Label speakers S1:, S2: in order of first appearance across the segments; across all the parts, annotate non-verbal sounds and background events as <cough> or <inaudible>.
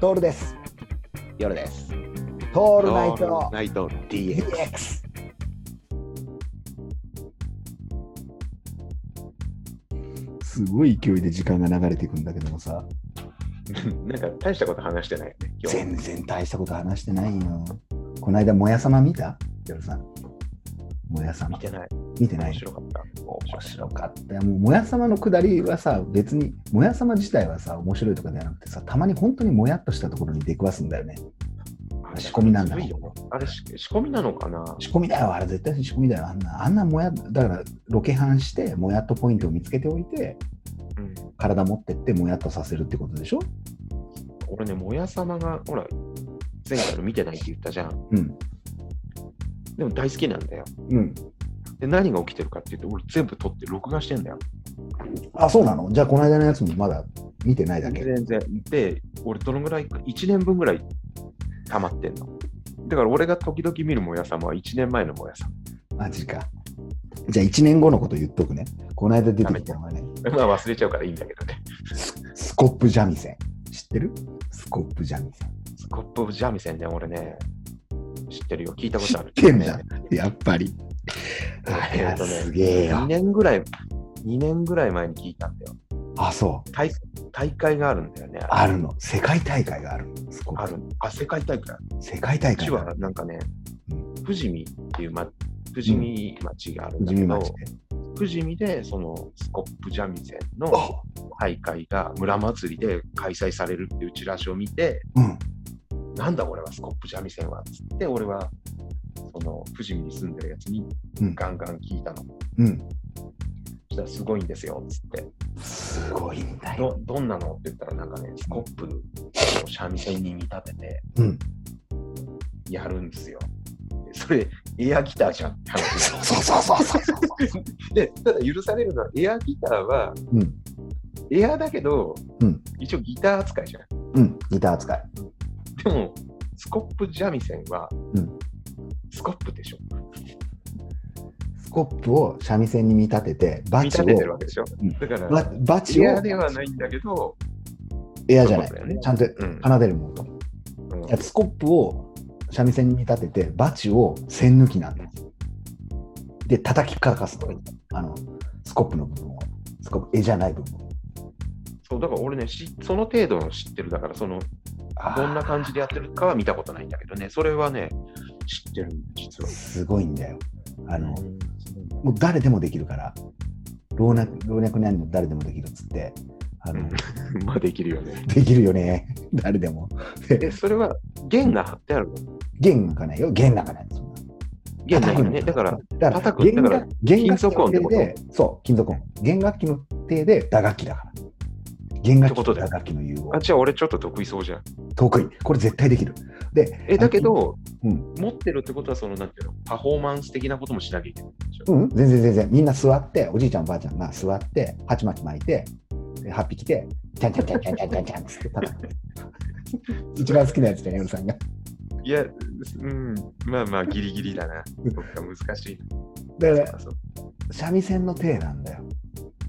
S1: トールです。
S2: 夜です。
S1: ト
S2: オ
S1: ールナイト
S2: ナイト DX。
S1: DX。すごい勢いで時間が流れていくんだけどもさ、
S2: なんか大したこと話してないよね。今日
S1: 全然大したこと話してないよ。この間、もやさま見た夜さん。もやさま
S2: 見。てない。
S1: 見てな
S2: 面
S1: い。
S2: 白かった。
S1: 面白かったよ。もう、もやさまのくだりはさ、別に、もやさま自体はさ、面白いとかではなくてさ、たまに本当にもやっとしたところに出くわすんだよね。
S2: あ
S1: 仕込みなんだ
S2: すごいよあれし仕込みなのかな
S1: 仕込みだよ、あれ絶対仕込みだよ。あんな、あんなもや、だからロケハンして、もやっとポイントを見つけておいて、
S2: うん
S1: 体持ってってもやっとさせるってことでしょ
S2: 俺ね、もやさまが、ほら、前回の見てないって言ったじゃん。
S1: うん。
S2: でも大好きなんだよ。
S1: うん。
S2: で、何が起きてるかって言って、俺全部撮って録画してんだよ。
S1: あ、そうなのじゃあ、この間のやつもまだ見てないだけ。
S2: 全然。で、俺どのぐらいか、1年分ぐらい溜まってんの。だから俺が時々見るもやさまは1年前のもやさ
S1: マジか。じゃあ、1年後のこと言っとくね。この間出てきたのはね、
S2: ま。 <laughs> まあ忘れちゃうからいいんだけどね。
S1: ススコップ三味線。知ってるスコップ三味線。
S2: スコップ・オブ・ジャミセンね、俺ね、知ってるよ、聞いたことある。
S1: 知ってんだやっぱり。あれ
S2: えっ
S1: は
S2: とね
S1: すげえ
S2: 2
S1: よ。
S2: 年ぐらい、2年ぐらい前に聞いたんだよ。
S1: あ、そう。
S2: 大大会があるんだよね。
S1: あるの。世界大会があるの。スコ
S2: あ
S1: ップ。
S2: るあ、世界大会。
S1: 世界大
S2: うち
S1: 会があ
S2: は
S1: る。
S2: なんかね
S1: う、
S2: 富士見っていう、ま、富士見町があるんだ
S1: 地
S2: け
S1: 味
S2: ど、
S1: 町で。
S2: 富士見でそのスコップ・ジャミセンの
S1: あ
S2: 大会が村祭りで開催されるっていうチラシを見て、
S1: うん。
S2: なんだこれはスコップ三味線はっつって俺はその富士見に住んでるやつに
S1: うん
S2: ガンガン聞いたの、
S1: うん。
S2: そしたらすごいんですよっつって
S1: すごいんだよ。
S2: どどんなのって言ったらなんかねスコップを三味線に見立てて
S1: うん。
S2: やるんですよでそれエアギターじゃんって話
S1: そうそうそうそうそう。
S2: でただ許されるのはエアギターは
S1: うん。
S2: エアだけど、
S1: うん
S2: 一応ギター扱いじゃん
S1: うん。ギター扱い。
S2: でもスコップ三味線は、
S1: うん
S2: スコップでしょ
S1: スコップを三味線に見立てて、バ
S2: 見
S1: チ
S2: 立
S1: を
S2: ててるわけでしょ
S1: うん
S2: だから
S1: ババチを
S2: エアではないんだけど、
S1: エアじゃない
S2: そうだよね。
S1: ちゃんと
S2: うん
S1: 奏でるものと。
S2: うん
S1: いやスコップを三味線に見立てて、バチを線抜きなんだよ。で、叩きからかすの。あの、スコップの部分を。スコップ、絵じゃない部分を。
S2: そうだから俺ねしその程度の知ってるだからその
S1: あー
S2: どんな感じでやってるかは見たことないんだけどねそれはね知ってる実は
S1: すごいんだよ。あの、
S2: うん
S1: もう誰でもできるから、老若老若男女誰でもできるっつって、あの、
S2: うん <laughs> まあできるよね
S1: できるよね、誰でも。
S2: えそれは弦が張ってあるの
S1: 弦なんかないよ、弦なんかない。そんな
S2: 弦ないよね
S1: 叩くの
S2: だから
S1: だから
S2: 叩く
S1: 弦
S2: だから
S1: 楽弦楽器
S2: 金属音って
S1: の
S2: こ
S1: 手で、そう、金属音。弦楽器の手で打楽器だから。弦楽器
S2: ってこと
S1: と
S2: だよ
S1: 打楽器の融合
S2: あ。じゃあ俺ちょっと得意そうじゃん
S1: 得意。これ絶対できる。で、
S2: えだけど、
S1: うん
S2: 持ってるってことはそのなんていうのパフォーマンス的なこともしなきゃいけないでしょ、
S1: うん、全然全然。みんな座って、おじいちゃんおばあちゃんが座って、ハチマチ巻いて、でハッピー来て、チャンチャンチャンチャンチャンチャンチャンっつって叩く。一番好きなやつだよ、夜さんが。
S2: いやうんまあまあギリギリだな <laughs> そっか難しい
S1: だから
S2: そう、かそう
S1: 三味線の手なんだよ。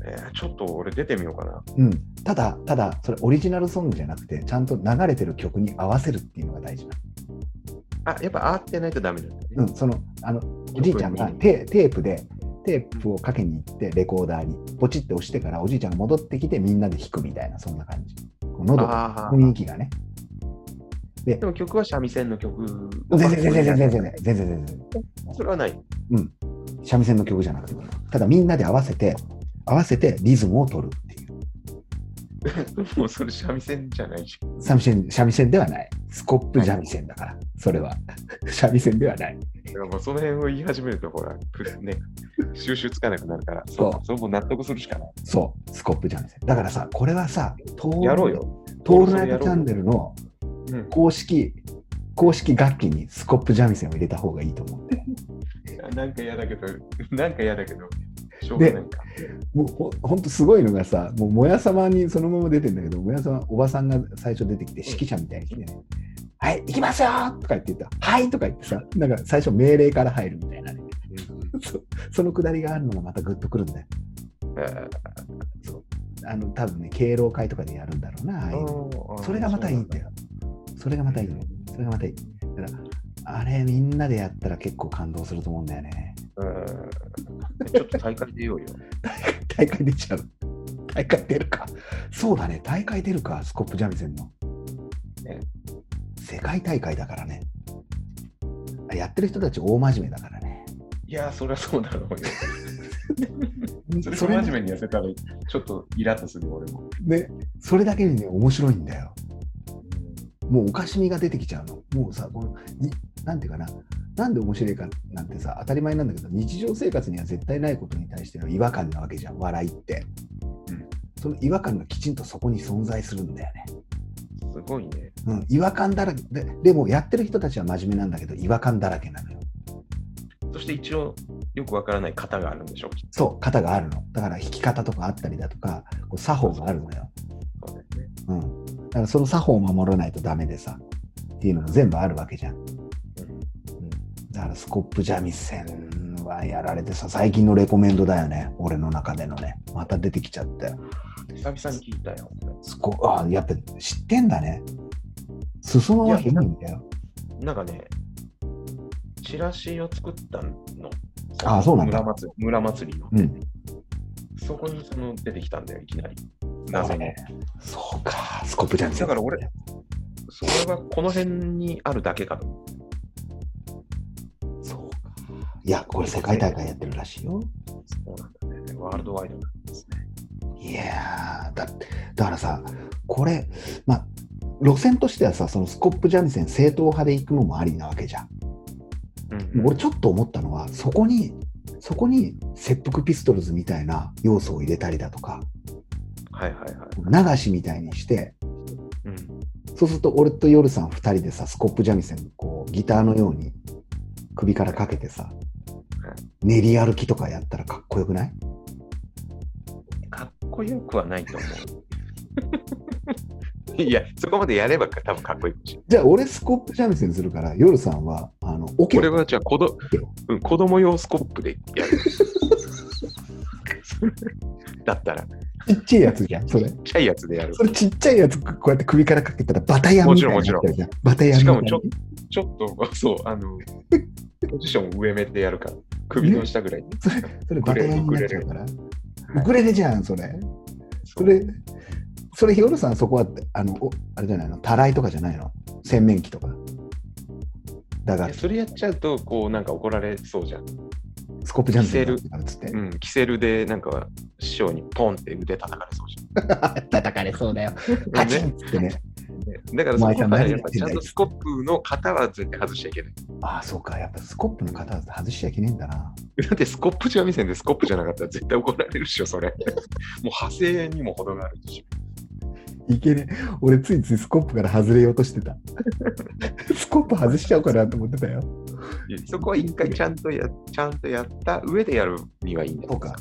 S2: えーちょっと俺出てみようかな
S1: うん、ただ、ただ、それオリジナルソングじゃなくて、ちゃんと流れてる曲に合わせるっていうのが大事な
S2: あ、やっぱあってないとダメなんだね。
S1: の。うん、その、あの、おじいちゃんが
S2: 曲に
S1: テテープで、テープをかけに行って、レコーダーに、ポチって押してから、おじいちゃんが戻ってきて、みんなで弾くみたいな、そんな感じ。こう喉の
S2: ああ。
S1: 雰囲気がね。
S2: でも曲は三味線の曲。
S1: 全然全然全然全然全然全然
S2: それはない。
S1: 三味線の曲じゃなくてもただみんなで合わせて合わせてリズムを取るっていう
S2: もうそれ三味線じゃないじゃん。
S1: 三味線三味線ではないスコップ三味線だからそれは三味線ではない
S2: だからもうその辺を言い始めると、ほら、くね、収集つかなくなるから、
S1: そう
S2: そうもう納得するしかない。
S1: そうスコップ三味線だからさこれはさトール
S2: やろうよ。
S1: トールナイトチャンネルの
S2: うん、
S1: 公式公式楽器にスコップ三味線を入れた方がいいと思って
S2: なんか嫌だけど、 <laughs> なんか嫌だけど、しょうがないか。
S1: もうほほんとすごいのがさもうもやさまにそのまま出てんだけどもやさまおばさんが最初出てきて指揮者みたいに来てね「はい行きますよ!」とか言って言った「はい!」とか言ってさなんか最初命令から入るみたいなね <laughs> そそのくだりがあるのがまたグッとくるんだよ
S2: え
S1: あの多分ね敬老会とかでやるんだろうなああいうの
S2: ー
S1: それがまたいいんだ。よそれがまたいいね。それがまたいい。だから、あれみんなでやったら結構感動すると思うんだよね。
S2: うんちょっと大会
S1: <laughs>
S2: 出ようよ。
S1: 大会出ちゃう。大会出るか。そうだね、大会出るか、スコップジャミセンの。
S2: ね
S1: 世界大会だからね。あやってる人たち大真面目だからね。
S2: いやー、そりゃそうだろうよ。それ
S1: そ
S2: 真
S1: れ
S2: 面目にやってたら、ちょっとイラッとするよ俺も。
S1: ね、それだけにね、面白いんだよ。もうおかしみが出てきちゃうの。もうさ、このになんていうかな、なんで面白いかなんてさ、当たり前なんだけど、日常生活には絶対ないことに対しての違和感なわけじゃん、笑いって。
S2: うん
S1: その違和感がきちんとそこに存在するんだよね。
S2: すごいね。
S1: うん、違和感だらけで、でもやってる人たちは真面目なんだけど、違和感だらけなのよ。
S2: そして一応、よくわからない型があるんでしょ。きっ
S1: そう、型があるの。だから、弾き方とかあったりだとか、こう作法があるのよ。
S2: とそうだよね
S1: うん。だから、その作法を守らないとダメでさ、っていうのも全部あるわけじゃん。だからスコップ三味線はやられてさ最近のレコメンドだよね俺の中でのねまた出てきちゃって
S2: うん久々に聞いたよ。
S1: スコあやっぱ知ってんだね裾野は広いんだよ
S2: なんかね、チラシを作ったの。
S1: あそうなんだ
S2: 村祭り村祭りの。
S1: うん
S2: そこにその出てきたんだよ、いきなり。謎に。
S1: そうかスコップ三味線
S2: だから俺それはこの辺にあるだけかと。
S1: そうかいやこれ世界大会やってるらしいよ
S2: そうなんだね。ワールドワイドなんですね。
S1: いやーだってだからさこれまあ路線としてはさそのスコップ三味線正統派で行くのもありなわけじゃん
S2: うん
S1: 俺ちょっと思ったのはそこにそこに切腹ピストルズみたいな要素を入れたりだとか
S2: はいはいはい。
S1: 流しみたいにして
S2: うん
S1: そうすると俺と夜さん2人でさスコップ三味線こうギターのように首からかけてさ練り歩きとかやったらかっこよくない
S2: かっこよくはないと思う。 <laughs> いや、そこまでやれば多分かっこいいかもしれない。
S1: じゃあ俺スコップ三味線するから夜さんはあのオケ
S2: 俺はじゃあ子ど、
S1: オケを
S2: うん、子供用スコップでやる。 <laughs> それだったら、ちっ
S1: ちっちゃいやつじゃんそれ
S2: ちゃいやつでやる
S1: そ。れちっちゃいやつこうやって首からかけたらバタヤンみたいになっちゃうじゃんバタヤンみたいに
S2: しかもちょっと、そう、あの、ポジション上めてやるから、首の下ぐらいに。
S1: それそれバタヤンになっちゃうからウクレレじゃんそれそ
S2: そ
S1: れ、それ、ヒョルさん、そこは、あの、おあれじゃないの、たらいとかじゃないの洗面器とか。だが
S2: え、それやっちゃうと、こう、なんか怒られそうじゃん。
S1: スコップジャンプになるっつって
S2: う。ん、キセルで、なんか、師匠にポンって腕叩かれそうじゃ
S1: <laughs>
S2: ん。
S1: 叩かれそうだよ。パチンっつってね。
S2: だから
S1: お
S2: そ
S1: 前
S2: こ
S1: さん
S2: から
S1: 何や
S2: やっ
S1: っ
S2: ぱ
S1: てん
S2: ち
S1: だ
S2: ゃんとスコップの型は絶対外しちゃいけない。
S1: ああ、そうか。やっぱスコップの型は外しちゃいけねえんだな。
S2: だってスコップじゃ見せんでスコップじゃなかったら絶対怒られるっしょ、
S1: <laughs>
S2: それ。もう派生にも程があるし。
S1: いけねえ。俺、ついついスコップから外れようとして
S2: <laughs>
S1: た。スコップ外しちゃおうかなと思ってたよ。
S2: そこは一回ちゃんとやちゃんとやった上でやるにはいいんだ
S1: そうか。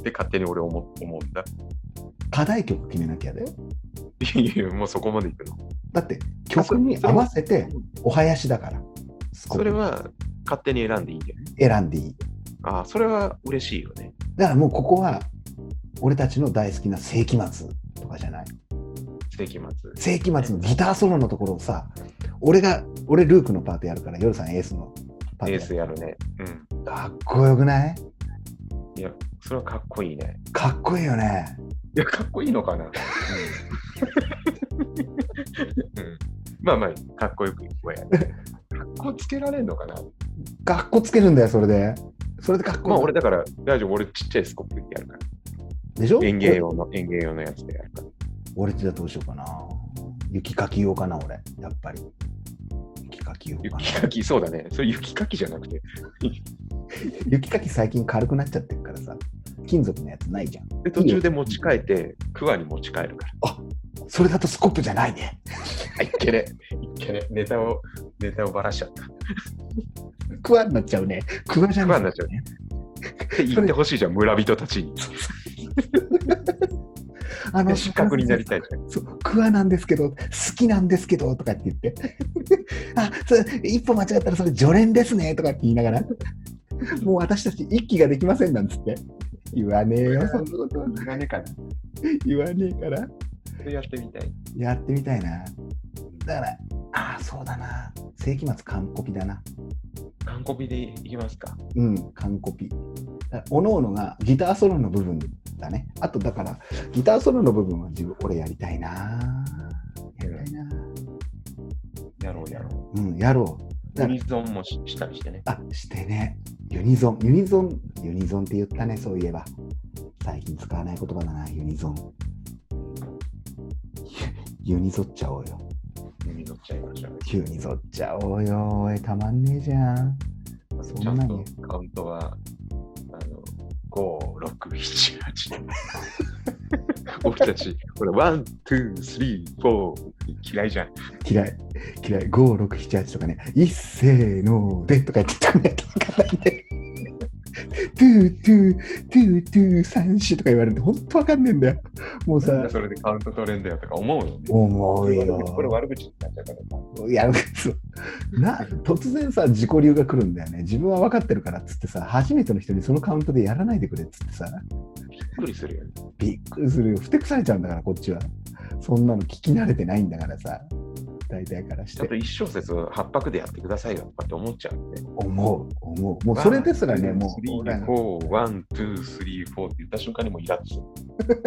S2: って勝手に俺思思うんだ。
S1: 課題曲決めなきゃだよ。
S2: いやいや、もうそこまでいくの。
S1: だって、曲に合わせて、お囃子だから。スコ
S2: それ
S1: ップ
S2: は勝手に選んでいいんだよね。
S1: 選んでいい。
S2: ああ、それは嬉しいよね。
S1: だからもうここは俺たちの大好きな世紀末とかじゃない
S2: 世紀末。
S1: 世紀末のギターソロのところをさ俺が俺ルークのパートやるから夜さんエースのパ
S2: エ
S1: ー
S2: ー
S1: ト
S2: ス
S1: や
S2: やるね。うん。
S1: るかっこよくない
S2: いや、それはかっこいいね。
S1: かっこいいよね
S2: いや、かっこいいのかな。うんうんまあまあ、かっこよくはやる。かっこつけられんのかな。
S1: かっこつけるんだよそれでそれでかっこいい、
S2: まあ俺だから、大丈夫、俺ちっちゃいスコップでやるか
S1: でしょ
S2: ら。園芸用の、園芸用のやつでやるから。
S1: 俺じゃあどうしようかな雪かき用かな俺やっぱり雪かき用かな
S2: 雪かき、そうだね。それ雪かきじゃなくて。
S1: 雪かき最近軽くなっちゃってるからさ金属のやつないじゃん
S2: で、途中で持ち帰って、クワに持ち帰るから。
S1: それだとスコップじゃないね <laughs>
S2: あ、いっけね。いっけね。ネタを、ネタをばらしちゃった。
S1: クワになっちゃうねクワじゃない
S2: クワになっちゃう <laughs> って言ってほしいじゃん、村人たちに。
S1: あの
S2: 失格になりたいじゃん。
S1: そうクワなんですけど好きなんですけどとかって言って <laughs> あそれ一歩間違ったらそれ常連ですねとかって言いながら <laughs> もう私たち一気ができませんなんつって言わねえよ
S2: <laughs>
S1: そんなこと
S2: いらねえかな。
S1: 言わねえから
S2: それやってみたい。
S1: やってみたいなだからああ、そうだな。世紀末完コピだな。
S2: 完コピでいきますか。
S1: うん、完コピ。だおのおのがギターソロの部分だね。あとだから、ギターソロの部分は自分、俺やりたいな。やりたいな。
S2: やろうやろ
S1: うん、やろう。
S2: う。ユニゾンもししたりしてね。
S1: あ、してね。ユニゾン、ユニゾン、ユニゾンって言ったね、そういえば。最近使わない言葉だな、ユニゾン。ユニゾっちゃおうよ。
S2: ユニゾンしちゃいましょう。
S1: ユニゾっちゃおうよ。おい、たまんねえじゃん。そん
S2: ちゃ
S1: なんに
S2: とカウントは、あの、5、6、7、8。僕たち、これ、ワン、ツー、スリー、フォー、嫌いじゃん。
S1: 嫌い。嫌い。5、6、7、8とかね。いっせーのーでとか言ってたね。とかなんで。トゥー、トゥー、トゥー、トゥー、三種とか言われて、ほんとわかんねえんだよ。もう
S2: なん
S1: さ
S2: で、それでカウント取れんだよとか思うよね。
S1: 思うよ。
S2: これ悪口になっちゃうからさ。
S1: いやそうな突然さ自己流が来るんだよね自分は分かってるからっつってさ初めての人にそのカウントでやらないでくれっつってさ
S2: びっくりするよね。
S1: びっくりするよふてくされちゃうんだからこっちはそんなの聞き慣れてないんだからさ大体からし
S2: ちょってと一小節を八拍でやってくださいよとかって思っちゃうんで。
S1: 思う思うもうそれですらねもう俺
S2: 3、
S1: ら
S2: 4、1、2、3、4って言った瞬間にもうイラッとする。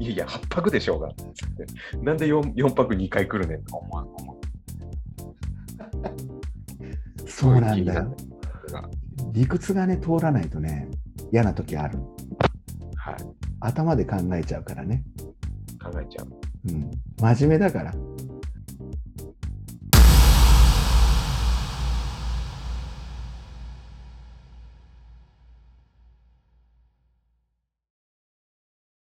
S2: いやいや、8泊でしょうが。つってなんで 4, 四泊2回来るねんとか思わん思
S1: そうなんだ
S2: そういう
S1: よ理屈がね通らないとね嫌な時ある
S2: うはい。
S1: 頭で考えちゃうからね、
S2: 考えちゃう。
S1: うん、真面目だから